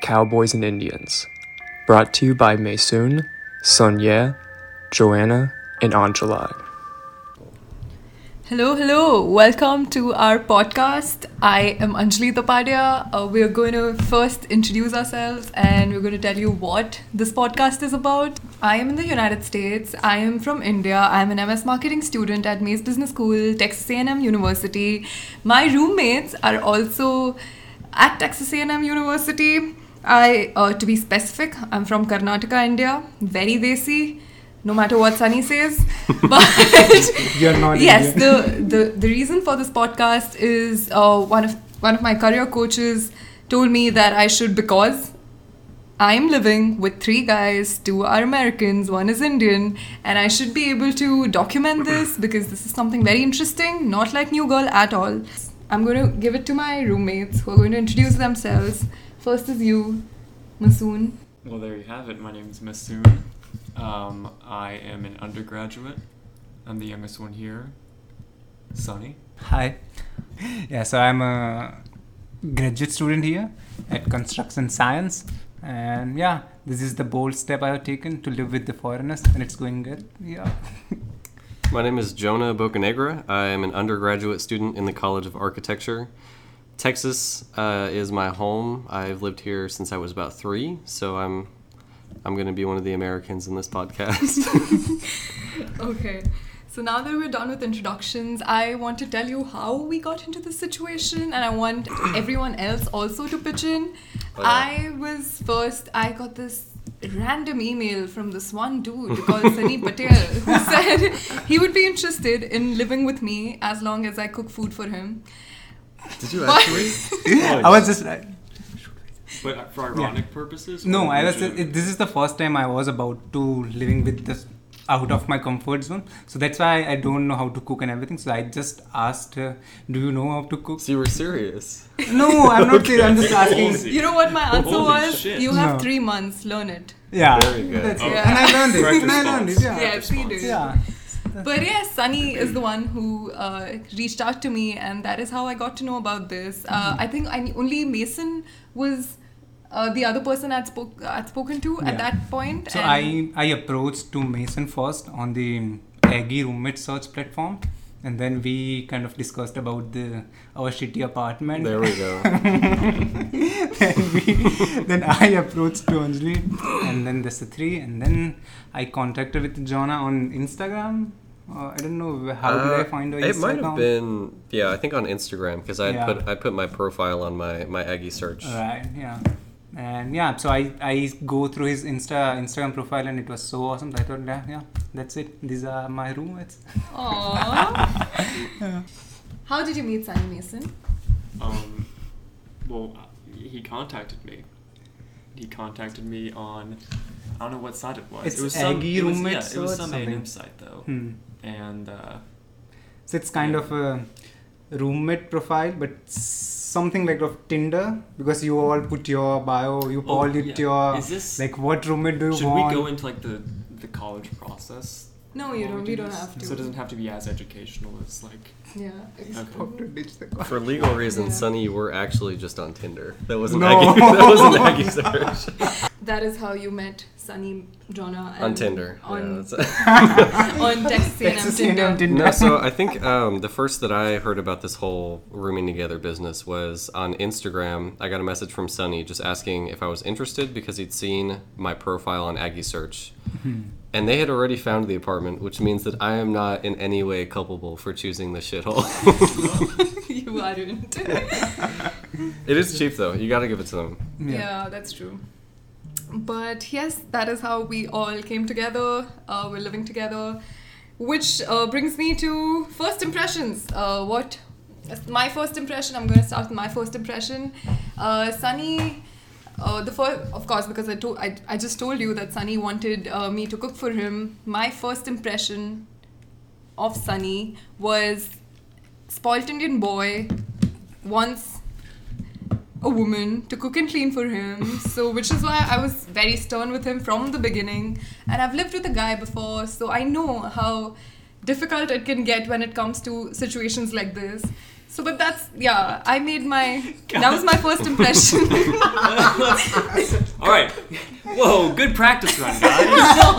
Cowboys and Indians. Brought to you by Maysoon, Sonia, Joanna, and Angela. Hello, hello. Welcome to our podcast. I am Anjali Tapadia. Uh, we're going to first introduce ourselves and we're going to tell you what this podcast is about. I am in the United States. I am from India. I'm an MS marketing student at Mace Business School, Texas A&M University. My roommates are also at Texas A&M University. I, uh, to be specific, I'm from Karnataka, India. Very desi, no matter what Sunny says. But You're not yes, Indian. the, the the reason for this podcast is uh, one of one of my career coaches told me that I should because I'm living with three guys, two are Americans, one is Indian, and I should be able to document this because this is something very interesting, not like New Girl at all. I'm going to give it to my roommates who are going to introduce themselves. First is you, Masoon. Well, there you have it. My name is Masoon. Um, I am an undergraduate. I'm the youngest one here. Sonny. Hi. Yeah, so I'm a graduate student here at Construction Science. And yeah, this is the bold step I have taken to live with the foreigners, and it's going good. Yeah. My name is Jonah Bocanegra. I am an undergraduate student in the College of Architecture. Texas uh, is my home. I've lived here since I was about three, so I'm I'm going to be one of the Americans in this podcast. Okay. So now that we're done with introductions, I want to tell you how we got into this situation, and I want everyone else also to pitch in. Oh, I was first. I got this random email from this one dude called Sunny Patel who said he would be interested in living with me as long as I cook food for him. Did you What? I was just like, But for ironic purposes? or no, I was. legit? Just, this is the first time I was about to living with this out of my comfort zone. So that's why I don't know how to cook and everything. So I just asked, her, "Do you know how to cook?" So you were serious. No, I'm not. serious, I'm just Holy asking. You know what my answer Holy was? shit. You have No. three months. Learn it. Yeah, Very good. that's Okay. it. And I learned it. Correct And I learned it. response. Yeah. yes, we do. Yeah. But yes, Sunny is the one who uh, reached out to me, and that is how I got to know about this. Uh, Mm-hmm. I think I, only Mason was uh, the other person I'd, spoke, I'd spoken to at Yeah. that point. So and I I approached to Mason first on the Aggie roommate search platform, and then we kind of discussed about the our shitty apartment. There we go. then, we, then I approached to Anjali, and then that's the three, and then I contacted with Jonna on Instagram. Uh, I don't know wh- how did I Uh, find her It Instagram. might have been yeah, I think on Instagram because I Yeah. put I put my profile on my my Aggie search. Right. Yeah. And yeah, so I, I go through his Insta Instagram profile and it was so awesome. I thought, yeah, yeah, that's it. These are my roommates. Aww. How did you meet Sunny Mason? Um, well, he contacted me. He contacted me on. I don't know what site it was. It's it was Aggie some, It Roommates was, yeah, it was or some something. A&M site though, Hmm. and uh, So it's kind of a roommate profile, but something like of Tinder because you all put your bio, you Oh, all did yeah. your Is this- like what roommate do you should we want? go into like the the college process? No, you while don't. do You don't this? have to. So it doesn't have to be as educational as like. yeah. Okay. to ditch the For legal reasons, Yeah. Sonny, you were actually just on Tinder. That wasn't No. Aggie. That wasn't Aggie search. That is how you met Sunny, Jonna, and on Tinder. yeah, On, that's- on Texas A&M Texas Tinder. A&M Tinder. no, so I think um, the first that I heard about this whole rooming together business was on Instagram. I got a message from Sunny just asking if I was interested because he'd seen my profile on Aggie Search. And they had already found the apartment, which means that I am not in any way culpable for choosing the shithole. you aren't. it is cheap though. You got to give it to them. Yeah. Yeah. that's true. But yes, that is how we all came together. Uh, we're living together, which uh, brings me to first impressions. Uh, what my first impression? I'm going to start with my first impression. Uh, Sunny. Uh, the first, of course, because I, to- I, I just told you that Sunny wanted uh, me to cook for him. My first impression of Sunny was spoilt Indian boy wants a woman to cook and clean for him. So, which is why I was very stern with him from the beginning. And I've lived with a guy before, so I know how difficult it can get when it comes to situations like this. So, but that's yeah. I made my that was my first impression. All right. Whoa, good practice run, guys.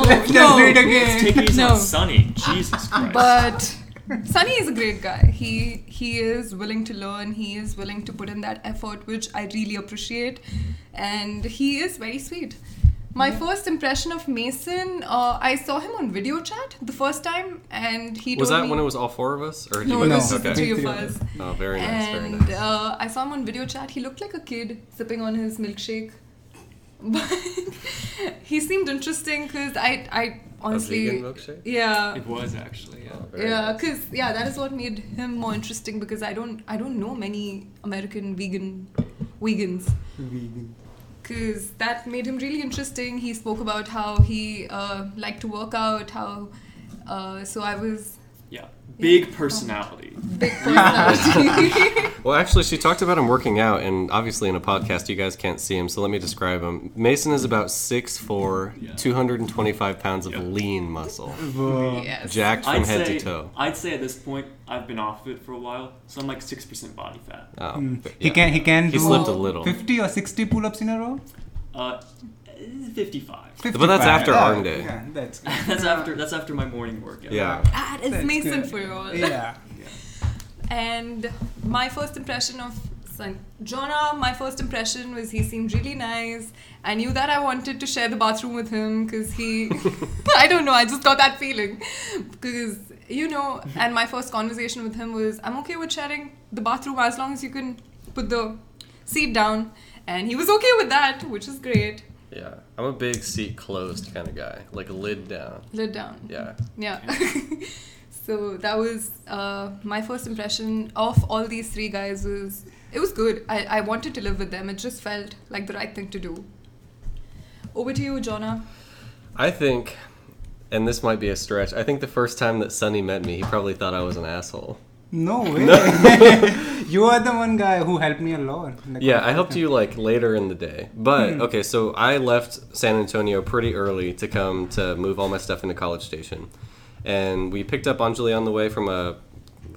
Let's no. read It's again. taking these No. on Sunny. Jesus Christ. but Sunny is a great guy. He he is willing to learn. He is willing to put in that effort, which I really appreciate, and he is very sweet. My first impression of Mason, uh, I saw him on video chat the first time, and he Was told that me, when it was all four of us? Or did no, you it No. was just the okay. three of Three of us. Oh, very nice, very and nice. uh, I saw him on video chat. He looked like a kid sipping on his milkshake. But he seemed interesting because I, I honestly, a vegan milkshake? yeah, It was actually, uh, yeah. Very yeah, nice. because yeah, that is what made him more interesting because I don't, I don't know many American vegan, vegans. Vegan. Because that made him really interesting. He spoke about how he uh, liked to work out, how. Uh, so I was yeah. Big personality. big personality. Well, actually, she talked about him working out, and obviously in a podcast, you guys can't see him, so let me describe him. Mason is about 6'4", Yeah. 225 pounds of Yeah. lean muscle, yes. jacked from I'd head say, to toe. I'd say at this point, I've been off of it for a while, so I'm like 6% body fat. Oh, but He yeah. can he can He do slipped a little. 50 or 60 pull-ups in a row. Uh, 55. 55. that's after Yeah, arm day. Oh, Yeah, that's good. that's after that's after my morning workout. Yeah. That is That's Mason good. for you all. Yeah. And my first impression of Sun Jonah, my first impression was he seemed really nice. I knew that I wanted to share the bathroom with him because he, I don't know, I just got that feeling. Because, you know, and my first conversation with him was, I'm okay with sharing the bathroom as long as you can put the seat down. And he was okay with that, which is great. Yeah. I'm a big seat closed kind of guy, like lid down. Lid down. Yeah. Yeah. so that was uh, my first impression of all these three guys was it was good. I, I wanted to live with them. It just felt like the right thing to do. Over to you, Jonah. I think, and this might be a stretch, I think the first time that Sonny met me, he probably thought I was an asshole. No way. you are the one guy who helped me a lot. in the Yeah, conference. I helped you like later in the day. But okay, so I left San Antonio pretty early to come to move all my stuff into College Station, and we picked up Anjali on the way from a,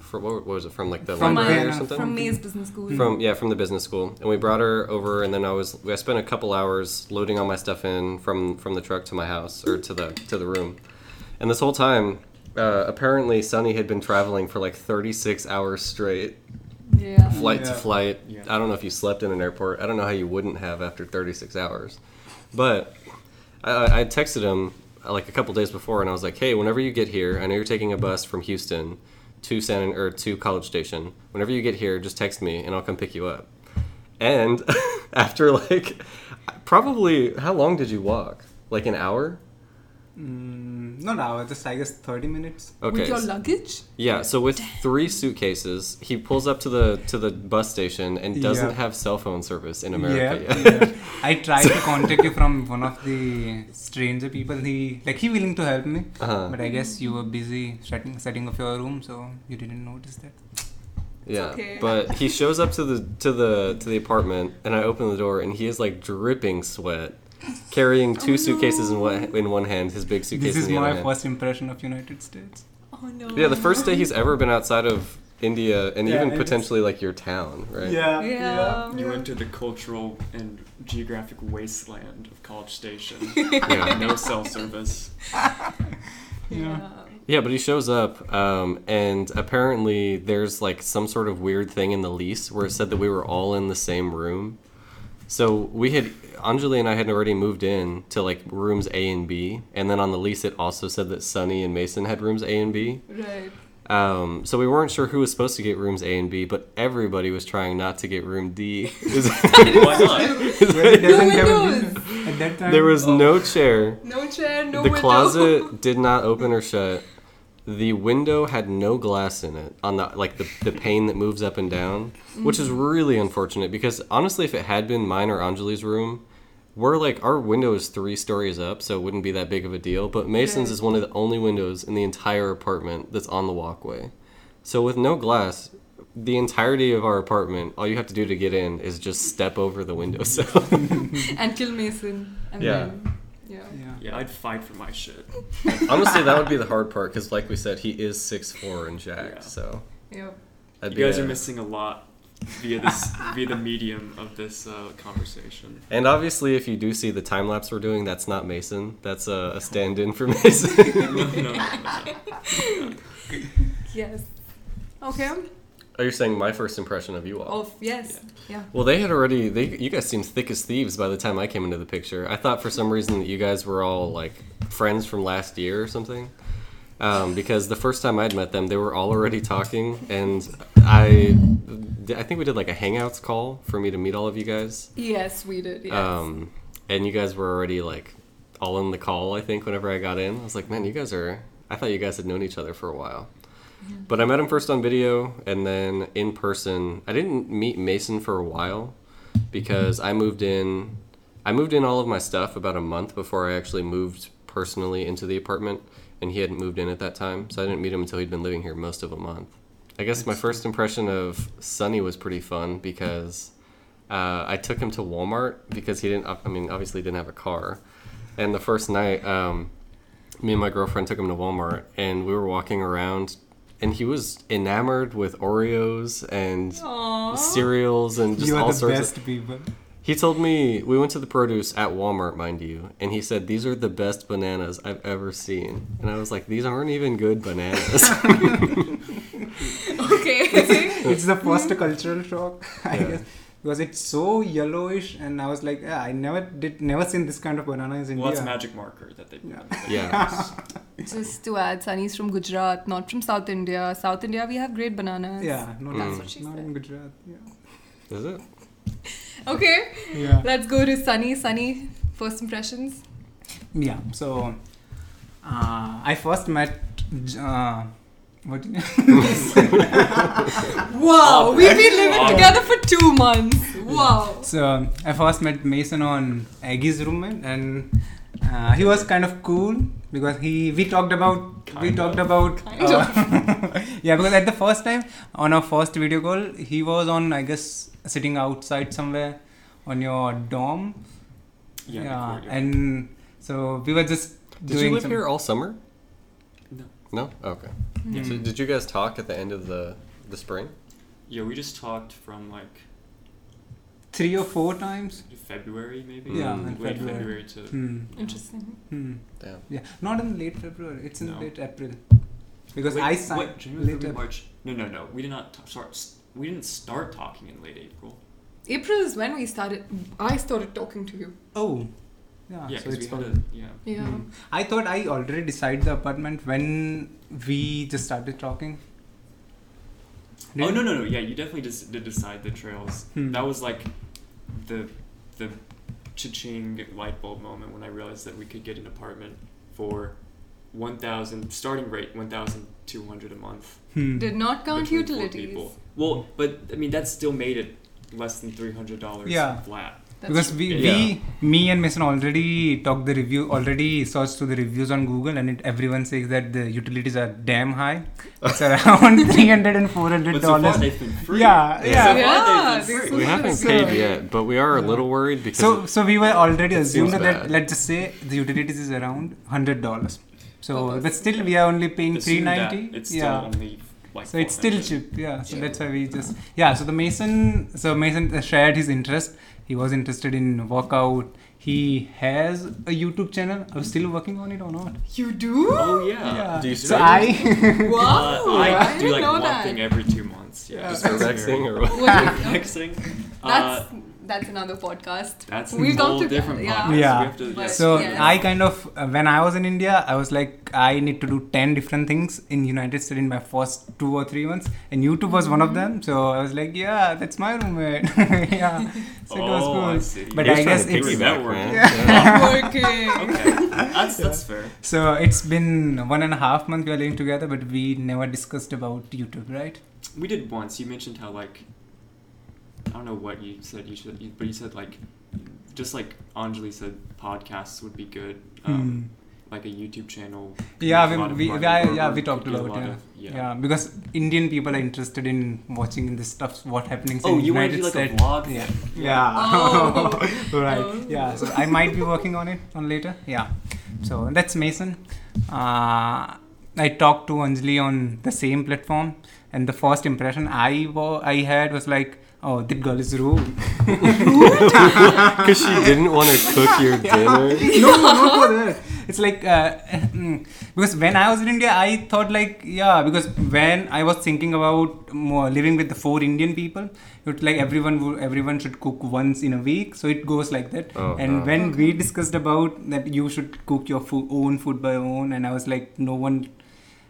from what was it from like the From library or my- something? From Hmm. Mays Business School. From yeah, from the business school, and we brought her over, and then I was I spent a couple hours loading all my stuff in from from the truck to my house or to the to the room, and this whole time, uh, apparently Sunny had been traveling for like thirty six hours straight yeah. flight to Yeah. flight. Yeah. I don't know if you slept in an airport. I don't know how you wouldn't have after 36 hours. But I- I, I texted him uh, like a couple days before, and I was like, "Hey, whenever you get here, I know you're taking a bus from Houston to San or to College Station. Whenever you get here, just text me, and I'll come pick you up." And after like probably how long did you walk? Like an hour? Mm, not hour, just I guess 30 minutes. With your so- luggage? yeah, so with three suitcases, he pulls up to the to the bus station and doesn't Yeah. have cell phone service in America yeah, yet. yeah. I tried to contact you from one of the stranger people. He like he willing to help me, Uh-huh. but I guess you were busy setting setting up your room, so you didn't notice that. Yeah, okay. but he shows up to the to the to the apartment, and I open the door, and he is like dripping sweat, carrying two suitcases in one in one hand, his big suitcase This is in the other my hand. first impression of United States. Oh no. Yeah, the first day he's ever been outside of India, and Yeah, even and it's- potentially like your town, right? Yeah. You enter the cultural and geographic wasteland of College Station. Yeah. no cell service. Yeah. Yeah, but he shows up, um, and apparently there's like some sort of weird thing in the lease where it said that we were all in the same room. So we had Anjali and I had already moved in to like rooms A and B, and then on the lease it also said that Sunny and Mason had rooms A and B. Right. Um, so we weren't sure who was supposed to get rooms A and B, but everybody was trying not to get room D. Why not? Where it doesn't have a windows. window. At that time, oh, there was no chair. No chair, no the window. closet did not open or shut. The window had no glass in it on the like the, the pane that moves up and down, which is really unfortunate because honestly, if it had been mine or Anjali's room, we're like our window is three stories up, so it wouldn't be that big of a deal. But Mason's Right. is one of the only windows in the entire apartment that's on the walkway. So with no glass, the entirety of our apartment, all you have to do to get in is just step over the window. So and kill Mason. And Yeah. Then, yeah. Yeah. Yeah, I'd fight for my shit. honestly, that would be the hard part because, like we said, he is six four and jacked. Yeah. So. Yeah. That'd you be guys a- are missing a lot via this via the medium of this uh, conversation. And obviously, if you do see the time lapse we're doing, that's not Mason. That's a, a stand-in for Mason. No, no, no, no. Yes. Okay. Are you saying my first impression of you all? Oh, Of yes. Yeah. Well, they had already. They, you guys seemed thick as thieves by the time I came into the picture. I thought for some reason that you guys were all like friends from last year or something. Um, because the first time I'd met them, they were all already talking, and I, I think we did like a Hangouts call for me to meet all of you guys. Yes, we did. Yes. Um, and you guys were already like all in the call, I think, whenever I got in. I was like, man, you guys are, I thought you guys had known each other for a while. But I met him first on video and then in person. I didn't meet Mason for a while because I moved in. I moved in all of my stuff about a month before I actually moved personally into the apartment, and he hadn't moved in at that time, so I didn't meet him until he'd been living here most of a month. I guess my first impression of Sunny was pretty fun because uh, I took him to Walmart because he didn't. I mean, obviously, he didn't have a car. And the first night, um, me and my girlfriend took him to Walmart, and we were walking around, and he was enamored with Oreos and Aw. cereals and just you all are the sorts of. best people. He told me we went to the produce at Walmart, mind you, and he said these are the best bananas I've ever seen. And I was like, these aren't even good bananas. okay. It's the first cultural shock, I Yeah. guess, because it's so yellowish, and I was like, yeah, I never did, never seen this kind of bananas in Well, that's India. magic marker that they put. on it. yeah, Just to add, Sunny's from Gujarat, not from South India. South India, we have great bananas. Yeah, not, That's what she not said. in Gujarat. Yeah. is it? Okay. yeah. Let's go to Sunny. Sunny, first impressions. Yeah. So, uh, I first met. J- Uh, what? Wow, Awkward. we've been living Awkward. together for two months. Wow. so I first met Mason on Aggie's roommate, and uh, he was kind of cool because he we talked about we Kind talked of. about Kind uh, yeah because at the first time on our first video call he was on I guess sitting outside somewhere on your dorm Yeah, Nicole, yeah. and so we were just Did doing you live some- here all summer? No. No. Okay. Yeah. Hmm. So did you guys talk at the end of the the spring? yeah, we just talked from like three or four times. February maybe. Yeah, in late February. February, to. Hmm. Interesting. Hmm. Damn. Yeah, not in late February. It's in No. late April because Wait, I signed What, January, late February, April. March? No, no, no. We did not t- start. s- We didn't start talking in late April. April is when we started. I started talking to you. Oh, yeah. yeah, so because it's we all. had a, yeah. Yeah. Hmm. I thought I already decided the apartment when we just started talking. Oh Did- no, no, no. Yeah, you definitely just did decide the trails. Hmm. That was like the the cha-ching light bulb moment when I realized that we could get an apartment for one thousand starting rate one thousand two hundred a month. Hmm. Did not count between four utilities. people. Well, but I mean that still made it less than three hundred dollars Yeah. flat. That's because true. we, Yeah. we me and Mason already talked the review already searched through the reviews on Google and it, everyone says that the utilities are damn high. It's around three hundred and four hundred But so far dollars. they've been free. Yeah, Yeah. yeah. So far Yeah, they've been free. they're We So- haven't so- paid yet, but we are a Yeah. little worried because So, so we were already seems assuming that, bad. let's just say the utilities is around hundred dollars. So, Okay. but still we are only paying three Assume that ninety. It's still Yeah. only like. So it's still 400. cheap. Yeah. So Yeah. that's why we just yeah. So the Mason, so Mason uh, shared his interest. He was interested in workout. He has a YouTube channel. I'm still working on it or not? You do? Oh yeah. do you So stream? I Wow. Uh, I, Oh, I, do didn't like know one that. thing every two months. Yeah. just for vaccinating or what? What do you- Vexing. Uh, That's that's another podcast. that's We'll a come whole to- different yeah. podcast. Yeah. We have to, yeah. But- so Yes. I kind of uh, when I was in India, I was like I need to do ten different things in United States in my first two or three months, and YouTube was one of Mm-hmm. them. So I was like, yeah, that's my roommate. yeah. So it was oh, I cool. see. But He was I trying to guess it's- piggyback, man. Working. okay. That's that's fair. So it's been one and a half month we are living together, but we never discussed about YouTube, right? We did once. You mentioned how like I don't know what you said. You should, you, but you said like just like Anjali said, podcasts would be good. Um, Like a YouTube channel. Hmm. Yeah, make a lot of we, we, money, we I, or- yeah or we talked get a about lot yeah. of- yeah yeah. because Indian people are interested in watching this stuff what happening Oh, in you want to United do like States. a vlog? yeah Yeah. yeah Oh. right Oh. yeah so I might be working on it on later yeah so that's Mason uh, I talked to Anjali on the same platform and the first impression I wa- I had was like, oh, that girl is rude. Because she didn't want to cook your dinner. no, not for that. It's like uh, because when I was in India, I thought like yeah, because when I was thinking about more living with the four Indian people, it like everyone wo- everyone should cook once in a week, so it goes like that. Oh, and no. when we discussed about that, you should cook your fo- own food by your own, and I was like, no one.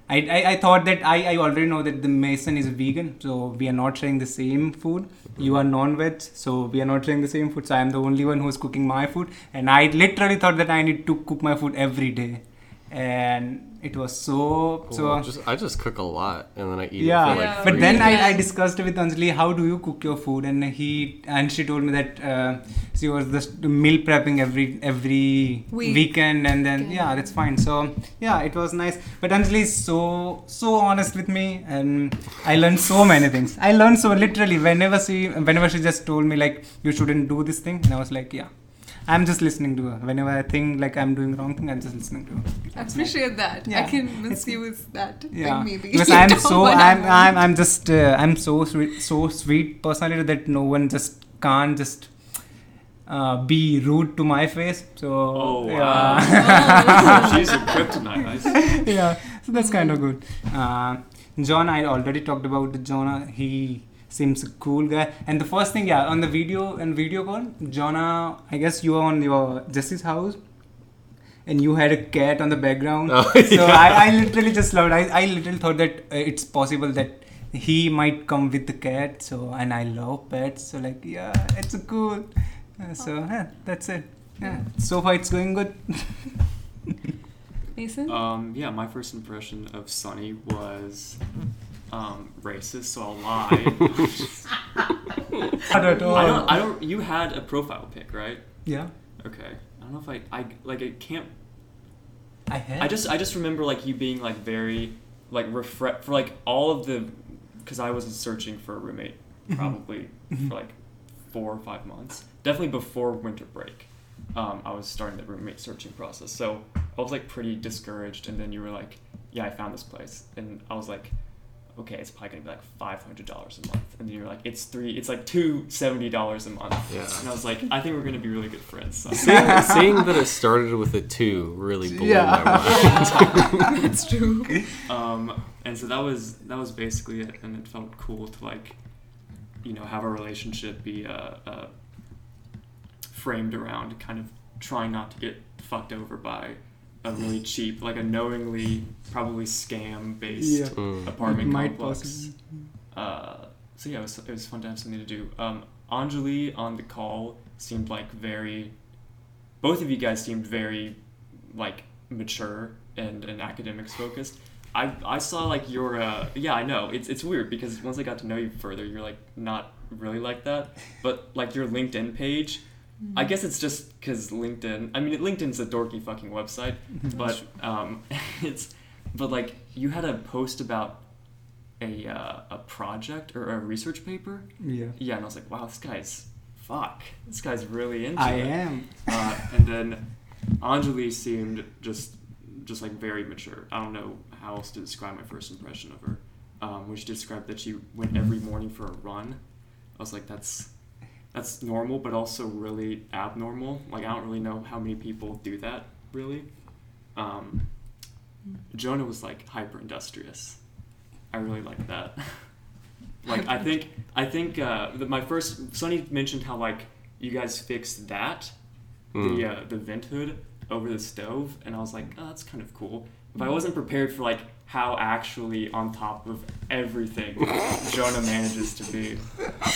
I, I, I thought that I, I already know that the Mason is vegan, so we are not sharing the same food. You are non veg, so we are not sharing the same food. So I am the only one who is cooking my food. And I literally thought that I need to cook my food every day. And it was so. so Well, just, I just cook a lot and then I eat yeah, it for like Yeah, three but then days. I, I discussed with Anjali how do you cook your food and he and she told me that uh, she was just meal prepping every every Week. weekend and then Okay. yeah that's fine so yeah it was nice but Anjali is so so honest with me and I learned so many things I learned so literally whenever she whenever she just told me like you shouldn't do this thing and I was like yeah I'm just listening to her whenever I think like I'm doing wrong thing I'm just listening to her I appreciate that. I Yeah. can miss It's- you with that. yeah Like maybe. because you i'm don't so want i'm anyone. i'm, I'm just uh, i'm so sweet so sweet personality that no one just can't just uh, be rude to my face so Oh, yeah She's a kryptonite. I see. yeah so that's kind of good uh, john i already talked about jonah he seems a cool guy and the first thing yeah on the video and video call jonah i guess you were on your jesse's house and you had a cat on the background Oh, so yeah. I, I literally just loved i, I literally thought that uh, it's possible that he might come with the cat so and i love pets so like yeah it's cool Uh, so Oh. yeah, that's it yeah. so far it's going good Mason? Um, yeah, my first impression of Sunny was um, racist, so I'll lie. Not at all. I don't. I don't. You had a profile pic, right? yeah Okay. I don't know if I. I like. I can't. i had I just. I just remember like you being like very, like refre- for like all of the, because I was searching for a roommate probably for like four or five months. Definitely before winter break, um, I was starting the roommate searching process. So I was like pretty discouraged, and then you were like, "Yeah, I found this place," and I was like. Okay, it's probably gonna be like five hundred dollars a month, and then you're like, it's three, it's like two seventy dollars a month, Yeah. and I was like, I think we're gonna be really good friends. So. seeing, seeing that it started with a two really blew Yeah. my mind. That's true. um, and so that was that was basically it, and it felt cool to like, you know, have a relationship be uh, uh, framed around kind of trying not to get fucked over by a really cheap, like a knowingly probably scam based Yeah. Mm. apartment Might complex. possibly. Uh, so yeah, it was, it was fun to have something to do. Um, Anjali on the call seemed like very. Both of you guys seemed very, like mature and, and academics focused. I, I saw like your uh, yeah I know it's it's weird because once I got to know you further you're like not really like that but like your LinkedIn page I guess it's just because LinkedIn I mean LinkedIn's a dorky fucking website but um, it's but like you had a post about a uh, a project or a research paper. yeah Yeah, and I was like, wow, this guy's fuck. This guy's really into I it. am. Uh, and then Anjali seemed just just like very mature. I don't know how else to describe my first impression of her. Um, when she described that she went every morning for a run, I was like, that's that's normal, but also really abnormal. Like I don't really know how many people do that really. Um, Jonah was like hyper industrious. I really like that. like I think I think uh, the, my first Sonny mentioned how like you guys fixed that the Mm. uh, the vent hood over the stove, and I was like, oh, that's kind of cool. But I wasn't prepared for like how actually on top of everything Jonah manages to be.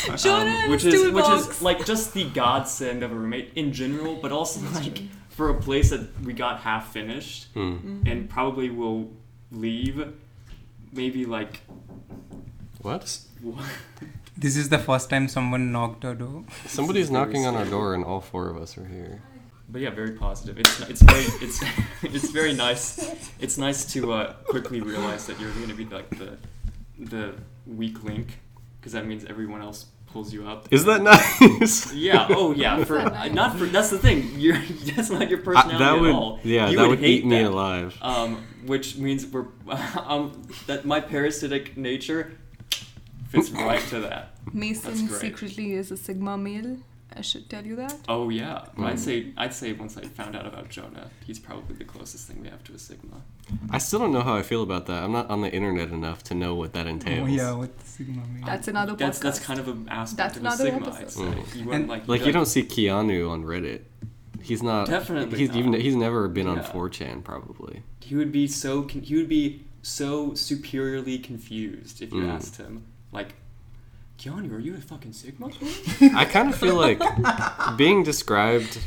Um, Jonah which and is his which toolbox. is like just the godsend of a roommate in general, but also like for a place that we got half finished Mm. and probably will leave maybe like What? This is the first time someone knocked our door. Somebody's knocking on our door and all four of us are here. But yeah, very positive. It's it's very it's it's very nice. It's nice to uh, quickly realize that you're going to be like the the weak link because that means everyone else pulls you up. Is that nice? Yeah. Oh yeah. For Nice. not for that's the thing. You're that's not your I- personality that at would all. yeah, You that would, hate eat me that. Uh, alive. Um, which means we're um that my parasitic nature fits right to that. Mason That's great. secretly is a Sigma male. I should tell you that. Oh yeah, Well, I'd say I'd say once I found out about Jonah, he's probably the closest thing we have to a Sigma. I still don't know how I feel about that. I'm not on the internet enough to know what that Oh, entails. yeah, what the Sigma means. That's another podcast. That's that's kind of an aspect That's of a another Sigma. I'd say. episode. Mm. You And- wouldn't like Like you don't see Keanu on Reddit. He's not Definitely He's not. even he's never been on Yeah. 4chan probably. He would be so con- he would be so superiorly confused if you Mm. asked him like, Keanu, are you a fucking Sigma? I kind of feel like being described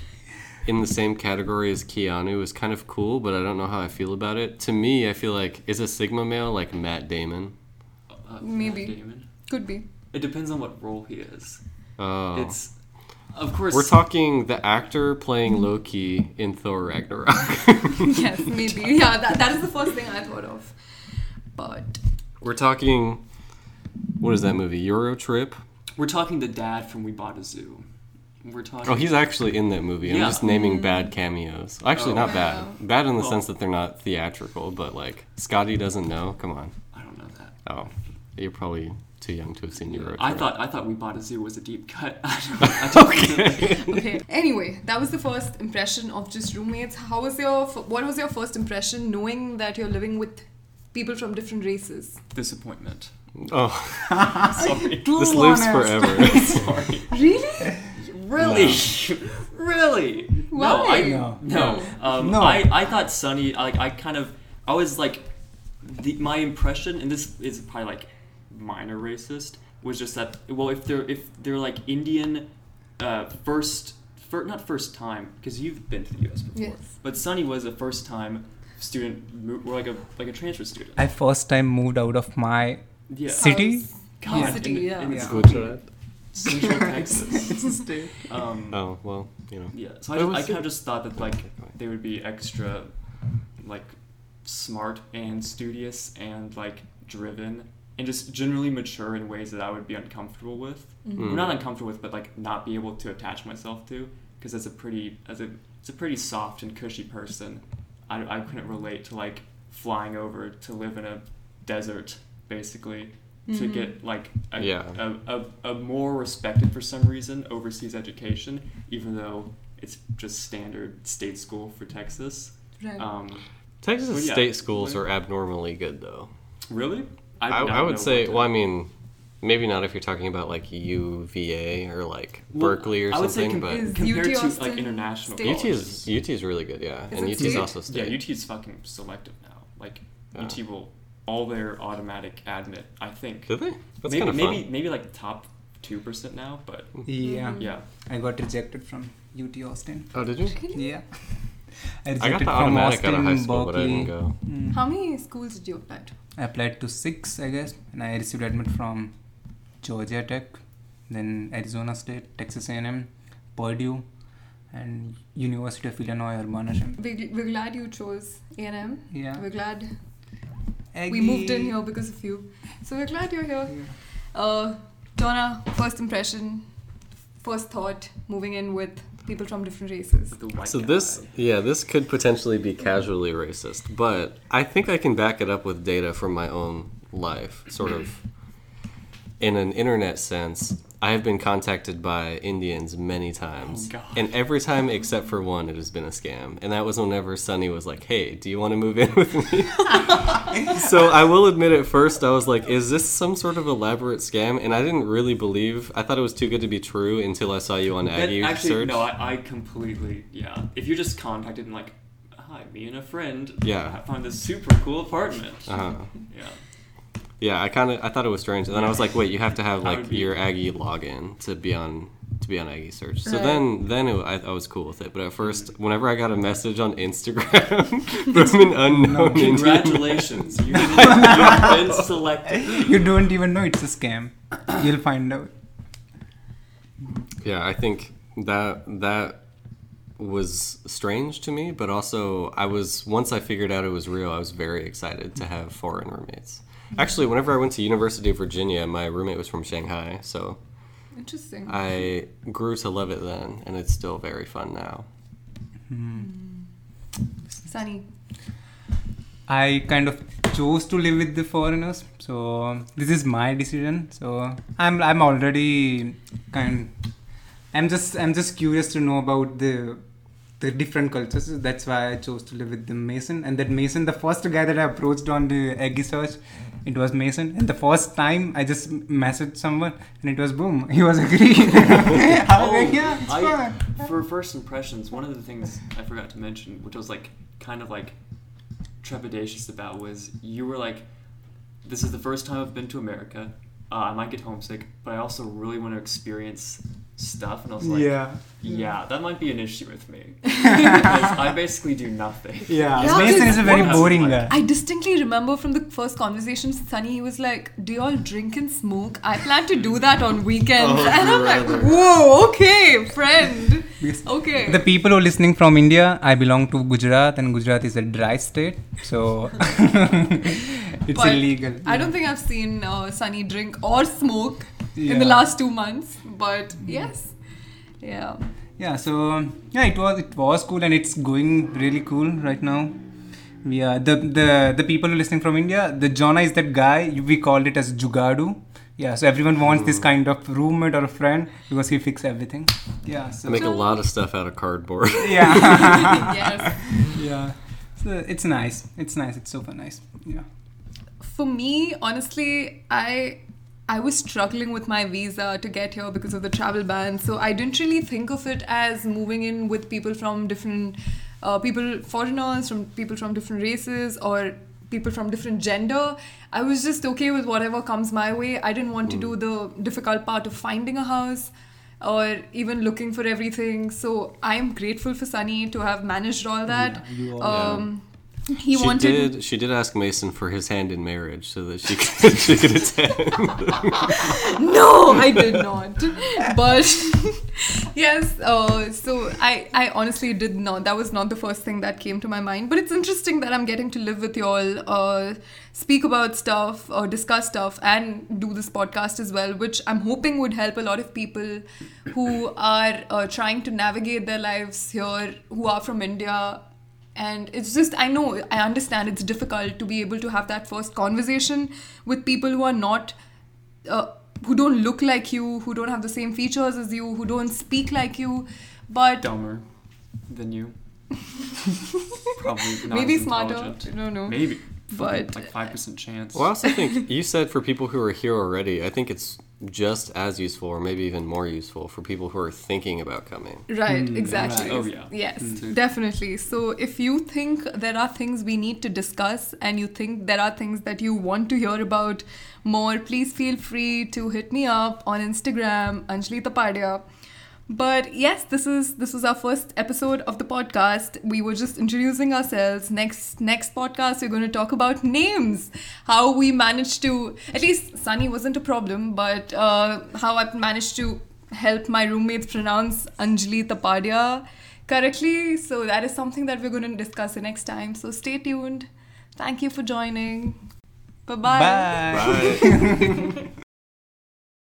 in the same category as Keanu is kind of cool, but I don't know how I feel about it. To me, I feel like is a Sigma male like Matt Damon? Uh, Maybe. Matt Damon. Could be. It depends on what role he is. Oh. It's of course We're talking the actor playing Loki in Thor Ragnarok. Yes, maybe. Yeah, that, that is the first thing I thought of. But We're talking what is that movie? Euro Trip? we're talking the dad from We Bought a Zoo. We're talking. Oh, he's actually in that movie. I'm Yeah. just naming bad cameos. Actually, Oh. not Wow. bad. Bad in the Well- sense that they're not theatrical, but like Scotty doesn't know. Come on. I don't know that. Oh, you're probably too young to have seen Euro. I Trip. thought I thought We Bought a Zoo was a deep cut. I don't, I don't okay. Anyway, that was the first impression of just roommates. How was your f- what was your first impression knowing that you're living with people from different races? Disappointment. Oh, Sorry. Too this lives honest. forever. Sorry. Really? Really? really? No, Why? I, No. no. No. Um, No. I, I thought Sunny, like, I kind of, I was like, the, my impression, and this is probably like minor racist, was just that, well, if they're, if they're like Indian uh, first, fir- not first time, because you've been to the US before, Yes. but Sunny was a first time student, mo- or like a, like a transfer student. I first time moved out of my yeah. city. God, Yeah. City, in- yeah. in Yeah. fucking Central Texas. Um, oh well, you know. Yeah, so I, Where just, was I kind it? of just thought that like Okay, go ahead. they would be extra, like, smart and studious and like driven and just generally mature in ways that I would be uncomfortable with. Mm. Not uncomfortable with, but like not be able to attach myself to because as a pretty as a it's a pretty soft and cushy person, I I couldn't relate to like flying over to live in a desert basically to Mhm. get like a, Mm-hmm. Yeah. a, a, a more respected for some reason overseas education, even though it's just standard state school for Texas. Right. Um, Texas Well, yeah. state schools Well- are abnormally good, though. really? I, don't I would know say. what Well, I mean, maybe not if you're talking about like UVA or like Well, Berkeley or I would say something, com- but Is compared UT to, like, Austin international State? UT is UT is really good, yeah, Is and it UT state? is also Yeah, state. UT is fucking selective now. Like Yeah. UT will all their automatic admit. I think. Did they? That's maybe kind of fun. Mm-hmm. maybe maybe like top two percent now, but Yeah. yeah. I got rejected from UT Austin. Oh, did you? Yeah. I I got rejected the from automatic Austin, out of high school, Berkeley. but I didn't go. How many schools did you apply to? I applied to six, I guess, and I received admit from Georgia Tech, then Arizona State, Texas A&M, Purdue, and University of Illinois Urbana-Champaign. We, we're glad you chose A&M. Yeah. We're glad we moved in here because of you. So we're glad you're here. Uh, Donna, first impression, first thought, moving in with people from different races. The white So guy. this, yeah, this could potentially be casually racist, but I think I can back it up with data from my own life, sort of. In an internet sense, I have been contacted by Indians many times, Oh, God. and every time except for one, it has been a scam, and that was whenever Sunny was like, "Hey, do you want to move in with me?" so I will admit at first I was like, is this some sort of elaborate scam? And I didn't really believe. I thought it was too good to be true until I saw you on That- Aggie actually, search. no, I, I completely yeah. If you're just contacted and like, hi, me and a friend, Yeah. I found this super cool apartment. uh-huh. Yeah, Yeah, I kind of I thought it was strange, and then I was like, wait, you have to have That like would be- your Aggie login to be on to be on Aggie search. So Right. then then it, I, I was cool with it, but at Mm-hmm. first, whenever I got a message on Instagram from an unknown Indian, congratulations, you've been, you've been selected. You don't even know it's a scam. You'll find out. yeah, I think that that was strange to me, but also I was once I figured out it was real, I was very excited to have foreign roommates. Actually, whenever I went to University of Virginia, my roommate was from Shanghai, so Interesting. Uh, I grew to love it then, and it's still very fun now. Sunny. I kind of chose to live with the foreigners, so um, this is my decision. So I'm I'm already kind. I'm just I'm just curious to know about the the different cultures. That's why I chose to live with the Mason. And that Mason, the first guy that I approached on the Aggie search, it was Mason. And the first time I just messaged someone, and it was boom. He was agreeing. I was like, yeah, it's Oh, I- fine. for first impressions, one of the things I forgot to mention, which I was like kind of like trepidatious about, was you were like, "This is the first time I've been to America. Uh, I might get homesick, but I also really want to experience stuff." And I was like, yeah. yeah, that might be an issue with me. because I basically do nothing. Yeah, Yeah, Mason it's- is a very What- boring guy. I distinctly remember from the first conversation, Sunny, he was like, Do y'all drink and smoke? I plan to do that on weekends. Oh, and I'm like, brother. Whoa, okay, friend. Okay. The people who are listening from India, I belong to Gujarat, and Gujarat is a dry state, so it's But illegal. I don't think I've seen uh, Sunny drink or smoke in the Yeah. last two months, but yes. Yeah. Yeah, so yeah, it was it was cool, and it's going really cool right now. We are the the the people who are listening from India. The jhana is that guy we called it as jugadu. Yeah, so everyone wants this kind of roommate or a friend because he fix everything. Yeah, I so make a lot of stuff out of cardboard. yeah, yes. yeah. So it's nice. It's nice. It's super nice. Yeah. for me honestly i i was struggling with my visa to get here because of the travel ban so i didn't really think of it as moving in with people from different uh, people foreigners from people from different races or people from different gender i was just okay with whatever comes my way i didn't want to do the difficult part of finding a house or even looking for everything so i'm grateful for sunny to have managed all that you um, he she wanted did. She did ask Mason for his hand in marriage so that she could, she could attend. no i did not but yes uh, so I, I honestly did not that was not the first thing that came to my mind but it's interesting that i'm getting to live with y'all uh, speak about stuff or discuss stuff and do this podcast as well which i'm hoping would help a lot of people who are uh, trying to navigate their lives here who are from india and it's just i know i understand it's difficult to be able to have that first conversation with people who are not uh, who don't look like you who don't have the same features as you who don't speak like you but Dumber than you. Probably not maybe as smarter intelligent. i don't know Maybe. But- like five percent chance. well, I also think you said for people who are here already, I think it's just as useful or maybe even more useful for people who are thinking about coming. Right, exactly. right. Oh, yeah. Yes, Mm. definitely. So, if you think there are things we need to discuss and you think there are things that you want to hear about more, please feel free to hit me up on Instagram, Anjali Tapadia. But yes, this is this was our first episode of the podcast. We were just introducing ourselves. Next next podcast, we're going to talk about names, how we managed to at least Sunny wasn't a problem, but uh, how I managed to help my roommates pronounce Anjali Tapadia correctly. So that is something that we're going to discuss the next time. So stay tuned. Thank you for joining. Bye-bye. Bye.